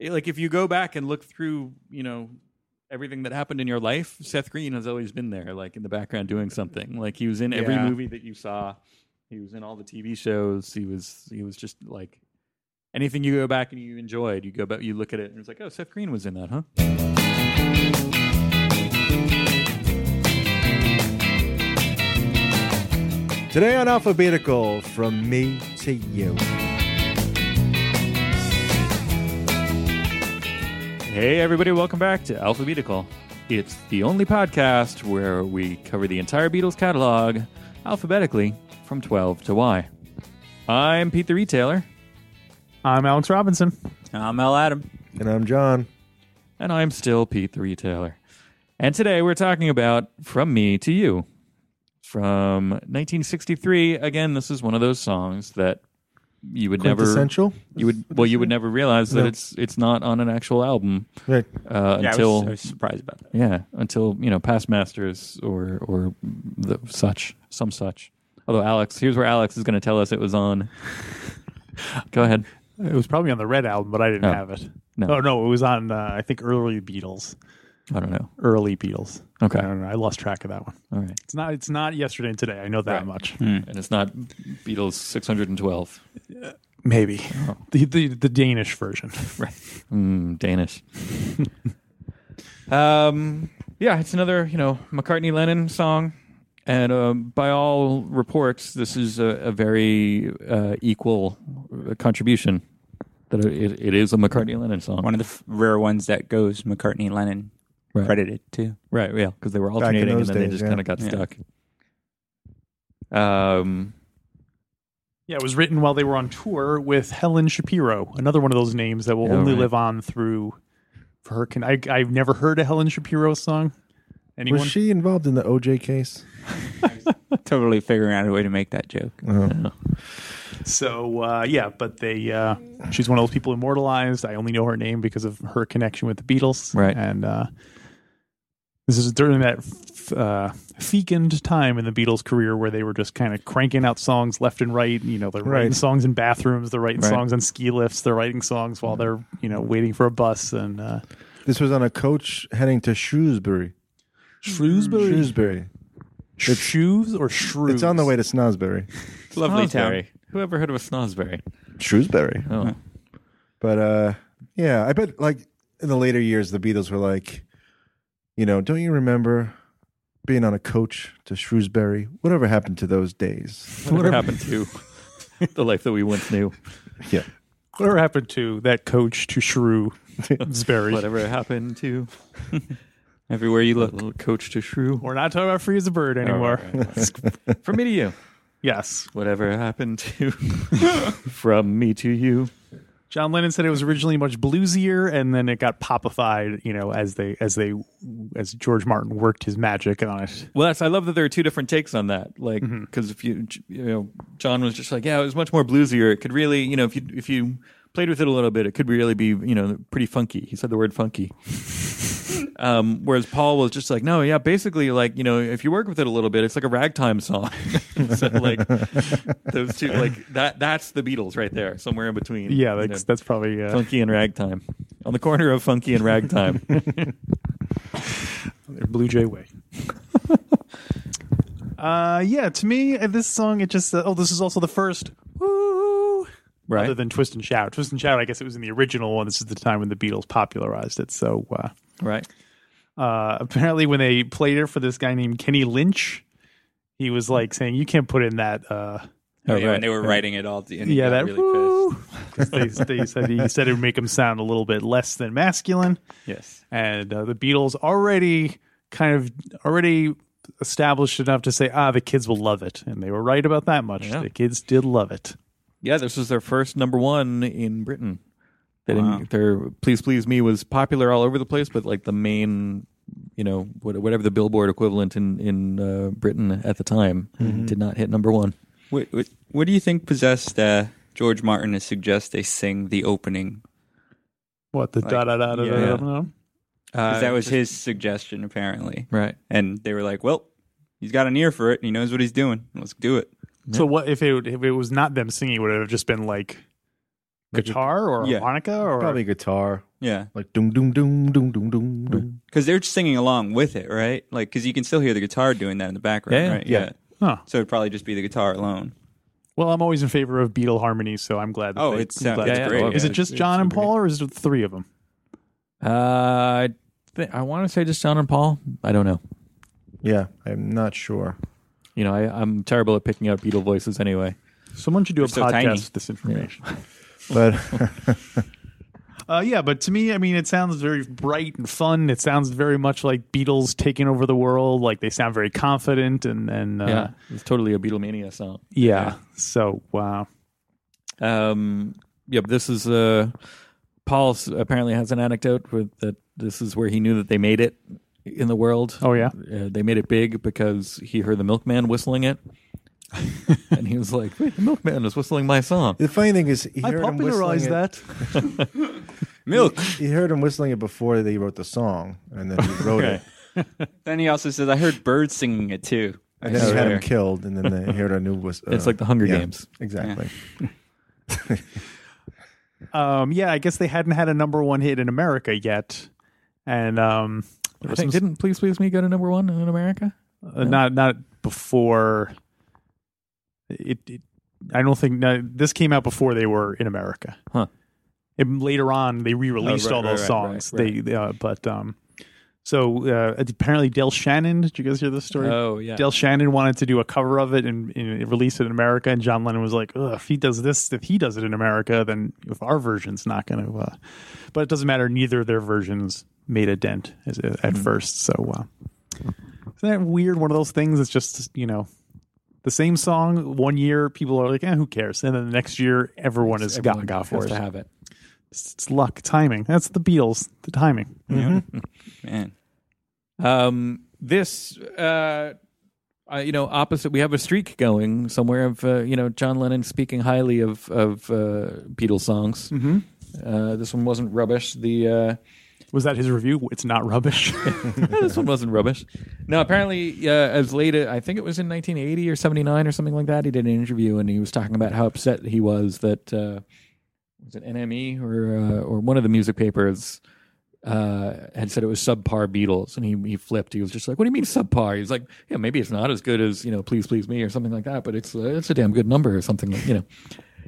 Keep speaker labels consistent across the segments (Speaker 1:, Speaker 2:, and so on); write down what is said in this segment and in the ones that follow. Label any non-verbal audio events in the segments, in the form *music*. Speaker 1: Eh, like if you go back and look through, you know, everything that happened in your life, Seth Green has always been there, like in the background doing something. Like he was in every
Speaker 2: Yeah.
Speaker 1: movie that you saw. He was in all the TV shows. He was he was just like anything you go back and you enjoyed, you go back, you look at it, and it's like, oh, Seth Green was in that, huh?
Speaker 2: Today on Alphabetical, from me to you.
Speaker 1: Hey, everybody, welcome back to Alphabetical. It's the only podcast where we cover the entire Beatles catalog alphabetically from 12 to Y. I'm Pete the Retailer.
Speaker 3: I'm Alex Robinson.
Speaker 4: I'm L. Adam.
Speaker 2: And I'm John.
Speaker 1: And I'm still Pete the Retailer. And today we're talking about From Me to You from 1963. Again, this is one of those songs that you would never
Speaker 2: Quintessential?
Speaker 1: you would well you would never realize that
Speaker 2: No.
Speaker 1: it's it's not on an actual album
Speaker 2: Right.
Speaker 1: uh,
Speaker 4: Yeah, I, was,
Speaker 1: until
Speaker 4: I was surprised about that.
Speaker 1: yeah until you know past masters or or the such some such. Although Alex, here's where Alex is going to tell us it was *laughs* on. Go ahead.
Speaker 3: It was probably on the Red album, but I didn't
Speaker 1: No.
Speaker 3: have it.
Speaker 1: No.
Speaker 3: Oh no, it was on uh, I think early Beatles.
Speaker 1: I don't know.
Speaker 3: Early Beatles.
Speaker 1: Okay.
Speaker 3: I don't know. I lost track of that one.
Speaker 1: All right.
Speaker 3: It's not. It's not yesterday and today. I know that
Speaker 1: Right.
Speaker 3: much.
Speaker 4: Hmm.
Speaker 1: And it's not Beatles 612.
Speaker 3: Maybe the, the the Danish version.
Speaker 1: Oh. Mm, Danish. *laughs* um, yeah, it's another you know McCartney Lennon song, and um, by all reports, this is a, a very uh, equal uh, contribution. That it, it is a McCartney Lennon song,
Speaker 4: One of the f- rare ones that goes McCartney Lennon
Speaker 1: Right.
Speaker 4: credited too.
Speaker 1: right? Yeah, because they were
Speaker 2: in
Speaker 1: alternating, and
Speaker 2: those
Speaker 1: then they
Speaker 2: days,
Speaker 1: just
Speaker 2: yeah.
Speaker 1: kind of got
Speaker 4: Yeah.
Speaker 1: stuck. *laughs* Um,
Speaker 3: Yeah, it was written while they were on tour with Helen Shapiro. Another one of those names that will
Speaker 1: Yeah,
Speaker 3: only
Speaker 1: right.
Speaker 3: live on through. For her, can I? I've never heard a Helen Shapiro song. Anyone?
Speaker 2: Was
Speaker 3: *laughs*
Speaker 2: she involved in the OJ case?
Speaker 4: *laughs* Totally figuring out a way to make that joke.
Speaker 2: Uh-huh.
Speaker 3: So uh, yeah, but they uh, she's one of those people immortalized. I only know her name because of her connection with the Beatles,
Speaker 1: Right.
Speaker 3: And uh, this is during that f- uh, fecund time in the Beatles' career where they were just kind of cranking out songs left and right. You know, they're writing
Speaker 2: Right.
Speaker 3: songs in bathrooms, they're writing
Speaker 1: Right.
Speaker 3: songs on ski lifts, they're writing songs while they're you know waiting for a bus and uh,
Speaker 2: This was on a coach heading to Shrewsbury.
Speaker 3: Shrewsbury
Speaker 2: Shrewsbury.
Speaker 3: shoes or shrews.
Speaker 2: It's on the way to Snosbury.
Speaker 4: Lovely town.
Speaker 1: Snosbury. Who ever heard of a Snosbury?
Speaker 2: Shrewsbury.
Speaker 1: Oh,
Speaker 2: But uh yeah, I bet like in the later years the Beatles were like, you know, don't you remember being on a coach to Shrewsbury? Whatever happened to those days?
Speaker 1: whatever happened to *laughs* the life that we once knew?
Speaker 2: Yeah.
Speaker 3: Whatever happened to that coach
Speaker 2: *laughs*
Speaker 3: to Shrewsbury?
Speaker 1: Whatever happened to
Speaker 4: Everywhere you
Speaker 1: *laughs*
Speaker 4: look.
Speaker 1: little coach to shrew?
Speaker 3: We're not talking about free as a
Speaker 2: Oh,
Speaker 3: bird anymore.
Speaker 4: *laughs*
Speaker 1: From me to you.
Speaker 3: Yes.
Speaker 1: Whatever happened to *laughs* from me to you.
Speaker 3: John Lennon said it was originally much bluesier, and then it got popified. You know, as they as they as George Martin worked his magic on it.
Speaker 1: Well, that's I love that there are two different takes on that. Like
Speaker 3: Mm-hmm.
Speaker 1: because if you you know John was just like yeah, it was much more bluesier. It could really you know if you if you played with it a little bit, it could really be you know pretty funky. He said the word
Speaker 3: *laughs*
Speaker 1: funky. Um, whereas Paul was just like, no, yeah, basically, like you know, if you work with it a little bit, it's like a ragtime song. *laughs* so like those two, like that—that's the Beatles right there, somewhere in between.
Speaker 3: Yeah,
Speaker 1: you
Speaker 3: that's
Speaker 1: know.
Speaker 3: that's probably uh,
Speaker 1: Funky and Ragtime. On the corner of Funky and
Speaker 3: *laughs*
Speaker 1: Ragtime.
Speaker 3: Blue Jay way. *laughs* uh, yeah, to me, uh, this song it just uh, oh, this is also the first woo.
Speaker 1: Right.
Speaker 3: Other than Twist and Shout, Twist and Shout, I guess it was in the original one. This is the time when the Beatles popularized it. So uh,
Speaker 1: right.
Speaker 3: uh, apparently when they played it for this guy named Kenny Lynch, he was like saying, "You can't put in that." Uh,
Speaker 1: Oh,
Speaker 4: yeah,
Speaker 1: right.
Speaker 4: When they were writing it all, and
Speaker 3: yeah, that.
Speaker 4: really pissed.
Speaker 3: 'Cause *laughs* they, they said he said it would make him sound a little bit less than masculine,
Speaker 1: Yes.
Speaker 3: and uh, the Beatles already kind of already established enough to say, "Ah, the kids will love it," and they were right about that much.
Speaker 1: Yeah.
Speaker 3: The kids did love it.
Speaker 1: Yeah, this was their first number one in Britain. They didn't, their Please Please Me was popular all over the place, but like the main, you know, what- whatever the Billboard equivalent in, in uh, Britain at the time did not hit number one.
Speaker 4: What, what, what do you think possessed uh, George Martin to suggest they sing the opening?
Speaker 3: What the
Speaker 4: Like,
Speaker 3: da da da da
Speaker 4: yeah.
Speaker 3: da da.
Speaker 4: 'Cause
Speaker 1: Uh,
Speaker 4: that was his suggestion, apparently.
Speaker 1: Right.
Speaker 4: And they were like, well, he's got an ear for it and he knows what he's doing. Let's do it.
Speaker 3: So what if it if it was not them singing? Would it have just been like guitar or
Speaker 4: Yeah.
Speaker 3: harmonica or
Speaker 2: Probably guitar,
Speaker 4: Yeah,
Speaker 2: like doom doom doom doom doom doom doom.
Speaker 4: because they're singing along with it, right? Like, because you can still hear the guitar doing that in the background,
Speaker 1: Yeah,
Speaker 4: right?
Speaker 2: yeah.
Speaker 3: Huh.
Speaker 4: So it'd probably just be the guitar alone.
Speaker 3: Well, I'm always in favor of Beatle harmonies, so I'm glad. That
Speaker 4: Oh,
Speaker 3: they-
Speaker 4: it's,
Speaker 3: I'm
Speaker 4: uh,
Speaker 3: glad
Speaker 4: it's
Speaker 3: they-
Speaker 4: great,
Speaker 3: Is
Speaker 1: yeah.
Speaker 3: it just
Speaker 1: It's-
Speaker 3: John
Speaker 1: it's
Speaker 3: and
Speaker 1: super
Speaker 3: Paul, or is it the three of them?
Speaker 1: Uh, I thi- I want to say just John and Paul. I don't know.
Speaker 2: Yeah, I'm not sure.
Speaker 1: You know, I, I'm terrible at picking out Beatle voices anyway.
Speaker 3: Someone should do a
Speaker 4: They're so
Speaker 3: podcast
Speaker 4: tiny.
Speaker 3: with this information.
Speaker 2: But
Speaker 3: Uh, yeah, but to me, I mean, it sounds very bright and fun. It sounds very much like Beatles taking over the world. Like they sound very confident and and uh,
Speaker 1: yeah, it's totally a Beatlemania song.
Speaker 3: yeah. So wow,
Speaker 1: Um, yep, this is uh, Paul s- apparently has an anecdote with that this is where he knew that they made it in the world.
Speaker 3: Oh, yeah?
Speaker 1: uh, they made it big because he heard the milkman whistling it, and he was like, "Wait, the milkman is whistling my song."
Speaker 2: the funny thing is, he
Speaker 3: I
Speaker 2: heard him
Speaker 3: popularized
Speaker 2: whistling it.
Speaker 3: that.
Speaker 4: Milk.
Speaker 2: He heard him whistling it before they wrote the song, and then
Speaker 3: *laughs*
Speaker 2: he wrote it,
Speaker 4: then he also says, "I heard birds singing it too."
Speaker 2: and
Speaker 4: I
Speaker 2: then he had
Speaker 4: swear.
Speaker 2: him killed, and then
Speaker 3: *laughs*
Speaker 2: they heard a new whistle.
Speaker 1: It's like the Hunger Games.
Speaker 2: exactly.
Speaker 3: Um, yeah, I guess they hadn't had a number one hit in America yet, and um, there
Speaker 1: I
Speaker 3: was
Speaker 1: think,
Speaker 3: some-
Speaker 1: didn't "Please Please Me" go to number one in America?
Speaker 3: uh, not not before. It, it I don't think no, this came out before they were in America.
Speaker 1: Huh.
Speaker 3: And later on, they re-released
Speaker 1: Oh, right,
Speaker 3: all
Speaker 1: right,
Speaker 3: those
Speaker 1: right,
Speaker 3: songs.
Speaker 1: right,
Speaker 3: They, they uh, but um, so uh, apparently Del Shannon. Did you guys hear this story?
Speaker 1: Oh yeah,
Speaker 3: Del Shannon wanted to do a cover of it and, and release it in America, and John Lennon was like, Ugh, "If he does this, if he does it in America, then if our version's not going to." Uh... But it doesn't matter. Neither of their versions made a dent as, at
Speaker 1: Mm-hmm.
Speaker 3: first. So, uh, isn't that weird? One of those things that's just you know, the same song one year people are like, eh, "Who cares?" and then the next year everyone is
Speaker 1: Everyone
Speaker 3: gaga
Speaker 1: has
Speaker 3: for
Speaker 1: to
Speaker 3: it.
Speaker 1: have it.
Speaker 3: It's, it's luck, timing. That's the Beatles. The timing.
Speaker 2: Mm-hmm.
Speaker 1: Mm-hmm.
Speaker 4: Man,
Speaker 1: Um, this, uh, uh, you know, opposite, we have a streak going somewhere of, uh, you know, John Lennon speaking highly of, of uh, Beatles songs. Mm-hmm. Uh, this one wasn't rubbish. The uh,
Speaker 3: Was that his review? It's not rubbish. *laughs*
Speaker 1: *laughs* this one wasn't rubbish. No, apparently, uh, as late as, I think it was in 1980 or 79 or something like that, he did an interview and he was talking about how upset he was that uh, was it NME or uh, or one of the music papers uh, had said it was subpar Beatles, and he he flipped. He was just like, "What do you mean subpar?" He's like, "Yeah, maybe it's not as good as you know, Please Please Me or something like that, but it's uh, it's a damn good number or something." Like, you know,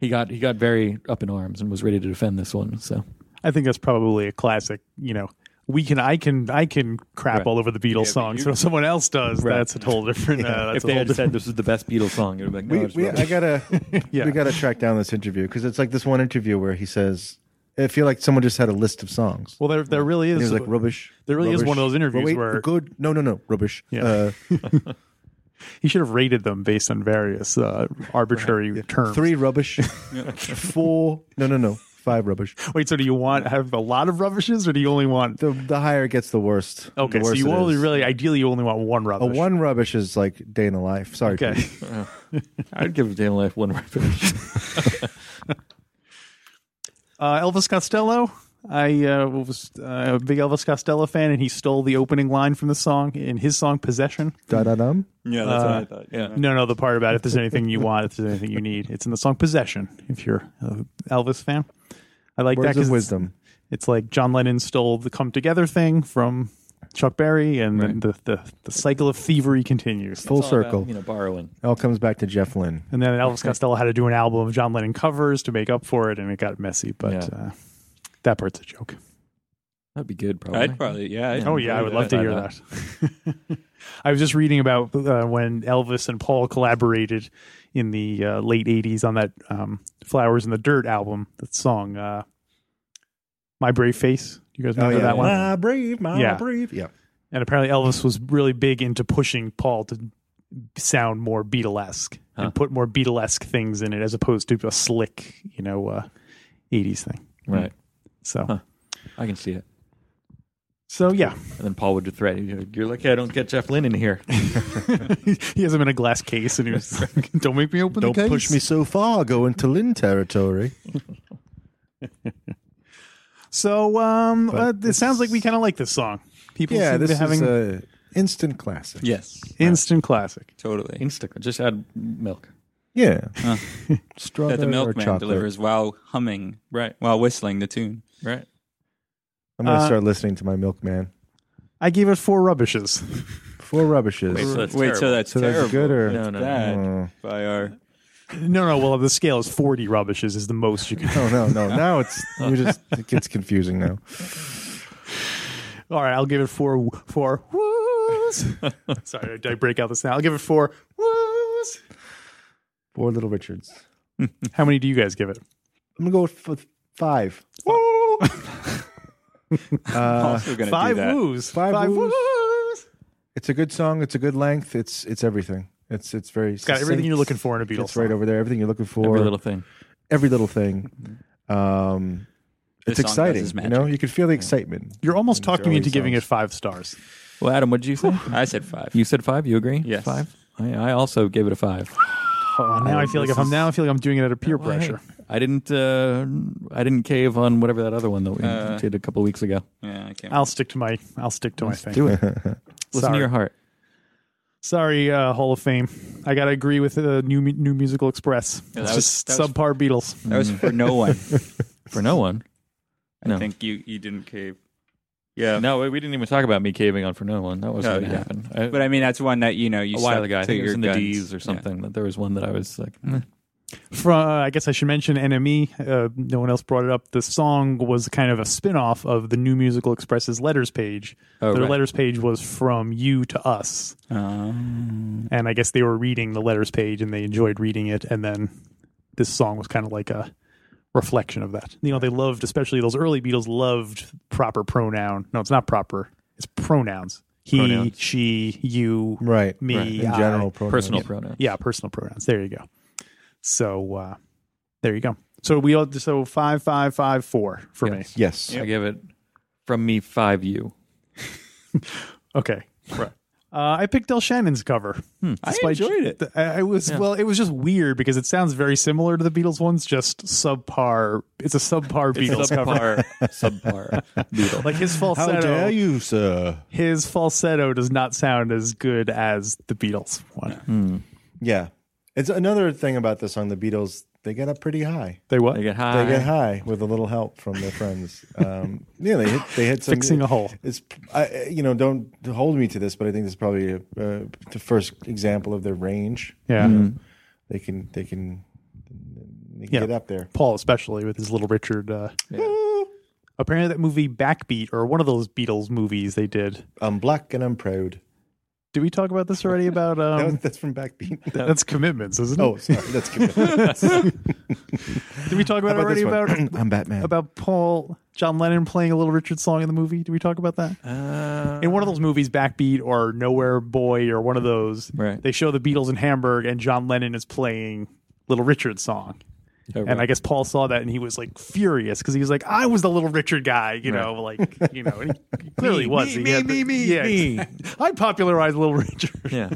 Speaker 1: he got he got very up in arms and was ready to defend this one. So.
Speaker 3: I think that's probably a classic. You know, we can, I can, I can crap all over the Beatles songs, but if someone else does, that's a whole
Speaker 2: *laughs*
Speaker 3: different. Uh, that's
Speaker 1: if
Speaker 3: a
Speaker 1: they
Speaker 3: whole
Speaker 1: had said this was the best Beatles song, it would have been "Oh,
Speaker 2: we, we, I gotta we gotta track down this interview because it's like this one interview where he says, "I feel like someone just had a list of songs."
Speaker 3: well, there, there really
Speaker 2: And
Speaker 3: is.
Speaker 2: he was like, "Rubbish."
Speaker 3: there really is
Speaker 2: rubbish.
Speaker 3: one of those interviews
Speaker 2: wait,
Speaker 3: where-
Speaker 2: good. No, no, no, rubbish.
Speaker 3: Yeah.
Speaker 2: Uh,
Speaker 3: he should have rated them based on various uh, arbitrary terms.
Speaker 2: three
Speaker 3: *laughs*
Speaker 2: rubbish. Four. No, no, no. Five rubbish.
Speaker 3: Wait, so do you want have a lot of rubbishes, or do you only want?
Speaker 2: The the higher it gets, the worst.
Speaker 3: Okay,
Speaker 2: the
Speaker 3: so
Speaker 2: worse
Speaker 3: you
Speaker 2: it
Speaker 3: only
Speaker 2: is.
Speaker 3: really, ideally, you only want one
Speaker 2: a
Speaker 3: rubbish.
Speaker 2: one rubbish is like day in the life. Sorry.
Speaker 3: Okay. *laughs*
Speaker 2: Pete.
Speaker 1: I'd give Dan Life one rubbish.
Speaker 3: Uh, Elvis Costello. I uh, was uh, a big Elvis Costello fan, and he stole the opening line from the song in his song "Possession."
Speaker 2: Da da dum.
Speaker 4: yeah, that's what I thought. Yeah,
Speaker 3: No, no, the part about if there's anything you want, if there's anything you need, it's in the song Possession, if you're an Elvis fan. I like that
Speaker 2: Words
Speaker 3: 'cause
Speaker 2: of
Speaker 3: it's-
Speaker 2: wisdom.
Speaker 3: It's, like John Lennon stole the Come Together thing from Chuck Berry, and then the, the, the cycle of thievery continues.
Speaker 2: Full circle.
Speaker 1: you know, borrowing.
Speaker 2: All comes back to Jeff Lynne.
Speaker 3: And then Elvis Costello had to do an album of John Lennon covers to make up for it, and it got messy, but
Speaker 1: Yeah.
Speaker 3: uh, that part's a joke.
Speaker 1: That'd be good, probably.
Speaker 4: I'd probably yeah. I'd
Speaker 3: Oh yeah, I would love to
Speaker 1: I
Speaker 3: hear
Speaker 1: know.
Speaker 3: that. *laughs* I was just reading about uh, when Elvis and Paul collaborated in the uh, late '80s on that um, "Flowers in the Dirt" album. That song, uh, "My Brave Face." Do
Speaker 2: Oh,
Speaker 3: you guys remember that one?
Speaker 2: My brave, my
Speaker 3: Yeah.
Speaker 2: brave. Yeah.
Speaker 3: And apparently, Elvis was really big into pushing Paul to sound more Beatlesque
Speaker 1: Huh.
Speaker 3: and put more Beatlesque things in it, as opposed to a slick, you know, uh, '80s thing.
Speaker 1: Right.
Speaker 3: So,
Speaker 1: Huh. I can see it.
Speaker 3: so yeah, *laughs*
Speaker 1: And then Paul would threaten, "You're lucky I don't get Jeff Lynn in
Speaker 4: *laughs*
Speaker 1: here."
Speaker 3: he has them in a glass case, and he was like, "Don't make me open
Speaker 2: Don't
Speaker 3: the case."
Speaker 2: push me so far. Go into Lynn territory.
Speaker 3: So um, uh, it sounds like we kind of like this song. People
Speaker 2: yeah,
Speaker 3: seem
Speaker 2: this
Speaker 3: to be
Speaker 2: is
Speaker 3: having
Speaker 2: a instant classic.
Speaker 4: Yes,
Speaker 3: instant classic.
Speaker 4: totally.
Speaker 1: Insta, just add milk.
Speaker 2: Yeah.
Speaker 4: Huh.
Speaker 2: *laughs* Strawberry
Speaker 4: that the
Speaker 2: or
Speaker 4: milkman
Speaker 2: chocolate.
Speaker 4: delivers while humming,
Speaker 1: Right.
Speaker 4: while whistling the tune.
Speaker 1: Right.
Speaker 2: I'm going to
Speaker 3: Uh,
Speaker 2: start listening to my milkman.
Speaker 3: I gave it four rubbishes.
Speaker 2: Four rubbishes.
Speaker 1: Wait, so that's
Speaker 4: Wait, so
Speaker 1: terrible.
Speaker 4: that's
Speaker 2: so
Speaker 4: terrible.
Speaker 2: that's good or
Speaker 1: No, no,
Speaker 4: Bad
Speaker 2: Mm.
Speaker 4: by our
Speaker 3: no, no. Well, the scale is forty rubbishes is the most you can. *laughs*
Speaker 2: Oh no, no. Now it's you just it gets confusing now.
Speaker 3: All right, I'll give it four. Four *laughs* woos. Sorry, did I break out the sound? I'll give it four woos.
Speaker 2: Four little Richards.
Speaker 3: How many do you guys give it?
Speaker 2: I'm gonna go with f- five.
Speaker 3: Woo! *laughs*
Speaker 2: Uh,
Speaker 4: also gonna
Speaker 3: Five
Speaker 4: do that.
Speaker 3: woos.
Speaker 2: Five woos.
Speaker 3: woos.
Speaker 2: it's a good song. It's a good length. It's it's everything. It's it's very.
Speaker 3: It's got everything you're looking for in a Beatles.
Speaker 2: It's right
Speaker 3: song.
Speaker 2: over there. Everything you're looking for.
Speaker 1: Every little thing.
Speaker 2: every little thing. Um, it's
Speaker 4: This song does
Speaker 2: exciting.
Speaker 4: his
Speaker 2: You
Speaker 4: magic.
Speaker 2: know, you can feel the excitement.
Speaker 3: You're almost
Speaker 2: These
Speaker 3: talking
Speaker 2: early
Speaker 3: me into giving it
Speaker 2: songs.
Speaker 3: five stars.
Speaker 1: Well, Adam, what did you say?
Speaker 4: *laughs* I said five.
Speaker 1: you said five. You agree?
Speaker 4: Yes.
Speaker 1: Five. I, I also gave it a five.
Speaker 4: *laughs*
Speaker 3: Oh, now I feel like if I'm now I feel like I'm doing it out of peer
Speaker 1: Well, hey,
Speaker 3: pressure.
Speaker 1: I didn't. Uh, I didn't cave on whatever that other one that we
Speaker 4: Uh,
Speaker 1: did a couple weeks ago.
Speaker 4: yeah, I can't.
Speaker 3: I'll stick to my I'll stick to my thing.
Speaker 1: Do it. Listen
Speaker 3: Sorry.
Speaker 1: to your heart.
Speaker 3: Sorry, uh, Hall of Fame. I gotta agree with uh, new Mu- new musical express.
Speaker 4: Yeah,
Speaker 3: it's
Speaker 4: that was-
Speaker 3: just
Speaker 4: that was-
Speaker 3: subpar Beatles.
Speaker 4: that was for no one.
Speaker 1: Mm. For no one. No.
Speaker 4: I think you you didn't cave. Yeah,
Speaker 1: No, we we didn't even talk about me caving on for no one. That wasn't
Speaker 4: Oh,
Speaker 1: going to
Speaker 4: yeah.
Speaker 1: happen. I,
Speaker 4: but I mean that's one that you know you
Speaker 1: a while
Speaker 4: stuck
Speaker 1: ago, I
Speaker 4: to
Speaker 1: think it was
Speaker 4: your
Speaker 1: in
Speaker 4: guns. Mm.
Speaker 1: the D's or something. That there was one that I was like, eh.
Speaker 3: From, uh, I guess I should mention NME. Uh, no one else brought it up. The song was kind of a spin off of the New Musical Express's letters page.
Speaker 1: Oh,
Speaker 3: Their
Speaker 1: right.
Speaker 3: letters page was from you to us,
Speaker 4: Yeah. Um,
Speaker 3: and I guess they were reading the letters page and they enjoyed reading it. And then this song was kind of like a reflection of that. You know, they loved, especially those early Beatles, loved proper pronoun. No, it's not proper. It's pronouns. He,
Speaker 1: Pronouns.
Speaker 3: she, you,
Speaker 2: *laughs* Right.
Speaker 3: me,
Speaker 1: Right.
Speaker 2: In
Speaker 3: I.
Speaker 2: general, pronouns.
Speaker 1: personal pronoun.
Speaker 3: Yeah, personal pronouns. There you go. So uh there you go. So we all so five five five four for me.
Speaker 2: Yes.
Speaker 1: I gave it from me five you.
Speaker 3: Okay. Right. Uh, I picked Del Shannon's cover.
Speaker 4: I
Speaker 3: Despite-
Speaker 4: enjoyed it.
Speaker 3: th- I I was well. It was just weird because it sounds very similar to the Beatles ones, just subpar. It's a subpar Beatles cover.
Speaker 4: *laughs*
Speaker 1: subpar, subpar Beatle.
Speaker 3: Like his
Speaker 2: How dare
Speaker 3: falsetto,
Speaker 2: you, sir?
Speaker 3: his falsetto does not sound as good as the Beatles one.
Speaker 2: Yeah. It's another thing about the song. The Beatles they get up pretty high.
Speaker 3: They what?
Speaker 1: They get high.
Speaker 2: They get
Speaker 3: Uh,
Speaker 2: high with a little help from their friends. Um, yeah, they hit, they hit some
Speaker 3: Fixing a hole.
Speaker 2: It's I, you know don't hold me to this, but I think this is probably uh, the first example of their range.
Speaker 3: yeah,
Speaker 2: Mm-hmm. They can they can, they can
Speaker 3: Yeah.
Speaker 2: get up there.
Speaker 3: Paul especially with his little Richard. Uh, Apparently, that movie Backbeat or one of those Beatles movies they did.
Speaker 2: I'm black and I'm proud.
Speaker 3: Did we talk about this
Speaker 2: *laughs*
Speaker 3: already? About
Speaker 2: That was,
Speaker 3: um,
Speaker 2: that's from Backbeat. *laughs*
Speaker 3: that's commitments, isn't it?
Speaker 2: oh, sorry, that's good. How
Speaker 3: did we talk about, it
Speaker 2: about
Speaker 3: already
Speaker 2: this
Speaker 3: about
Speaker 2: one? *clears throat* I'm Batman.
Speaker 3: about Paul John Lennon playing a Little Richard song in the movie? Did we talk about that
Speaker 1: Uh,
Speaker 3: in one of those movies, Backbeat or Nowhere Boy or one of those?
Speaker 1: Right.
Speaker 3: They show the Beatles in Hamburg and John Lennon is playing Little Richard song. And I guess Paul saw that and he was like furious because he was like, "I was the little Richard guy," you know, like you know, and
Speaker 1: *laughs*
Speaker 3: he clearly was.
Speaker 1: me,
Speaker 3: He had
Speaker 1: me,
Speaker 3: the-
Speaker 1: me, me,
Speaker 3: yeah, ex- *laughs* I popularized Little Richard, *laughs*
Speaker 1: yeah.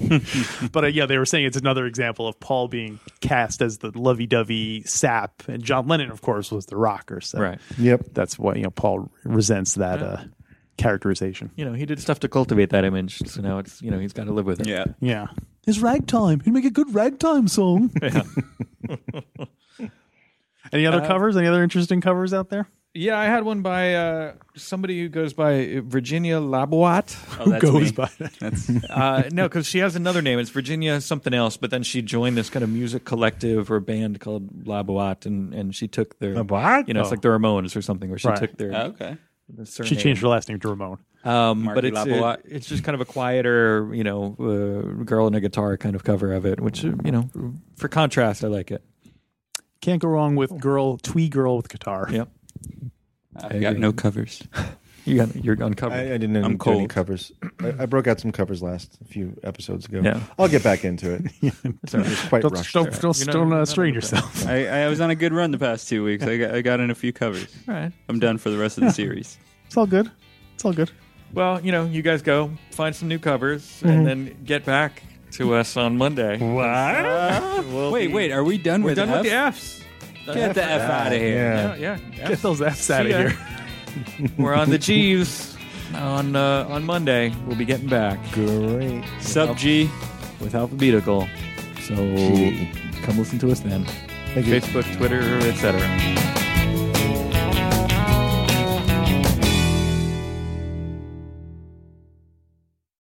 Speaker 3: but uh, yeah, they were saying it's another example of Paul being cast as the lovey-dovey sap, and John Lennon, of course, was the rocker. So
Speaker 1: *laughs* Right.
Speaker 2: yep.
Speaker 3: that's why you know Paul resents that uh, characterization.
Speaker 1: *laughs* You know, he did stuff to cultivate that image. So now it's, you know, he's got to live with it.
Speaker 4: *laughs* Yeah,
Speaker 3: Yeah, it's ragtime. He'd make a good
Speaker 1: *laughs*
Speaker 3: ragtime song. *laughs* Any
Speaker 1: Uh,
Speaker 3: other covers? Any other interesting covers out there?
Speaker 1: Yeah, I had one by uh, somebody who goes by Virginia Laboat.
Speaker 4: oh, that's
Speaker 3: Goes
Speaker 4: me.
Speaker 3: by that. *laughs*
Speaker 4: That's
Speaker 1: Uh, *laughs* no, because she has another name. It's Virginia something else, but then she joined this kind of music collective or band called Laboat, and, and she took their, you know, it's
Speaker 3: Oh.
Speaker 1: like the Ramones or something, where she
Speaker 3: Right.
Speaker 1: took their,
Speaker 4: okay.
Speaker 1: their surname.
Speaker 3: She changed her last name to Ramon.
Speaker 1: Um,
Speaker 4: Marky
Speaker 1: but it's it-
Speaker 4: Laboat.
Speaker 1: it's just kind of a quieter, you know, uh, girl and a guitar kind of cover of it, which uh, you know, for contrast, I like it.
Speaker 3: Can't go wrong with girl, twee girl with *laughs* guitar.
Speaker 1: Yep,
Speaker 4: I've got no covers.
Speaker 1: you got you're uncovered.
Speaker 2: I, I didn't
Speaker 4: I'm
Speaker 2: do any
Speaker 4: cold.
Speaker 2: covers. I, I broke out some covers last a few episodes ago.
Speaker 1: Yeah.
Speaker 2: I'll get back into it.
Speaker 1: It's all right.
Speaker 2: It's quite
Speaker 3: Don't,
Speaker 2: rushed.
Speaker 3: don't,
Speaker 2: there.
Speaker 3: don't,
Speaker 1: You're not-
Speaker 3: don't,
Speaker 1: you're
Speaker 3: uh,
Speaker 1: not
Speaker 3: strain
Speaker 1: into
Speaker 3: yourself.
Speaker 4: I, I was on a good run the past two weeks. I got, I got in a few covers.
Speaker 1: all right.
Speaker 4: I'm done for the rest of *laughs* the series.
Speaker 3: It's all good. It's all good.
Speaker 1: Well, you know, you guys go find some new covers and then get back to us on Monday.
Speaker 4: wait, wait, are we done
Speaker 1: We're
Speaker 4: with
Speaker 1: done
Speaker 4: F?
Speaker 1: with the F's.
Speaker 4: Get the F out of here.
Speaker 1: Yeah,
Speaker 2: Yeah.
Speaker 1: yeah.
Speaker 3: Get those F's out of
Speaker 1: ya.
Speaker 3: here.
Speaker 1: We're on the G's on uh, on Monday. We'll be getting back
Speaker 2: Great.
Speaker 4: Sub G.
Speaker 1: with Alphabetical. So
Speaker 2: Gee.
Speaker 1: Come listen to us then.
Speaker 2: Thank you.
Speaker 1: Facebook, Twitter, etc.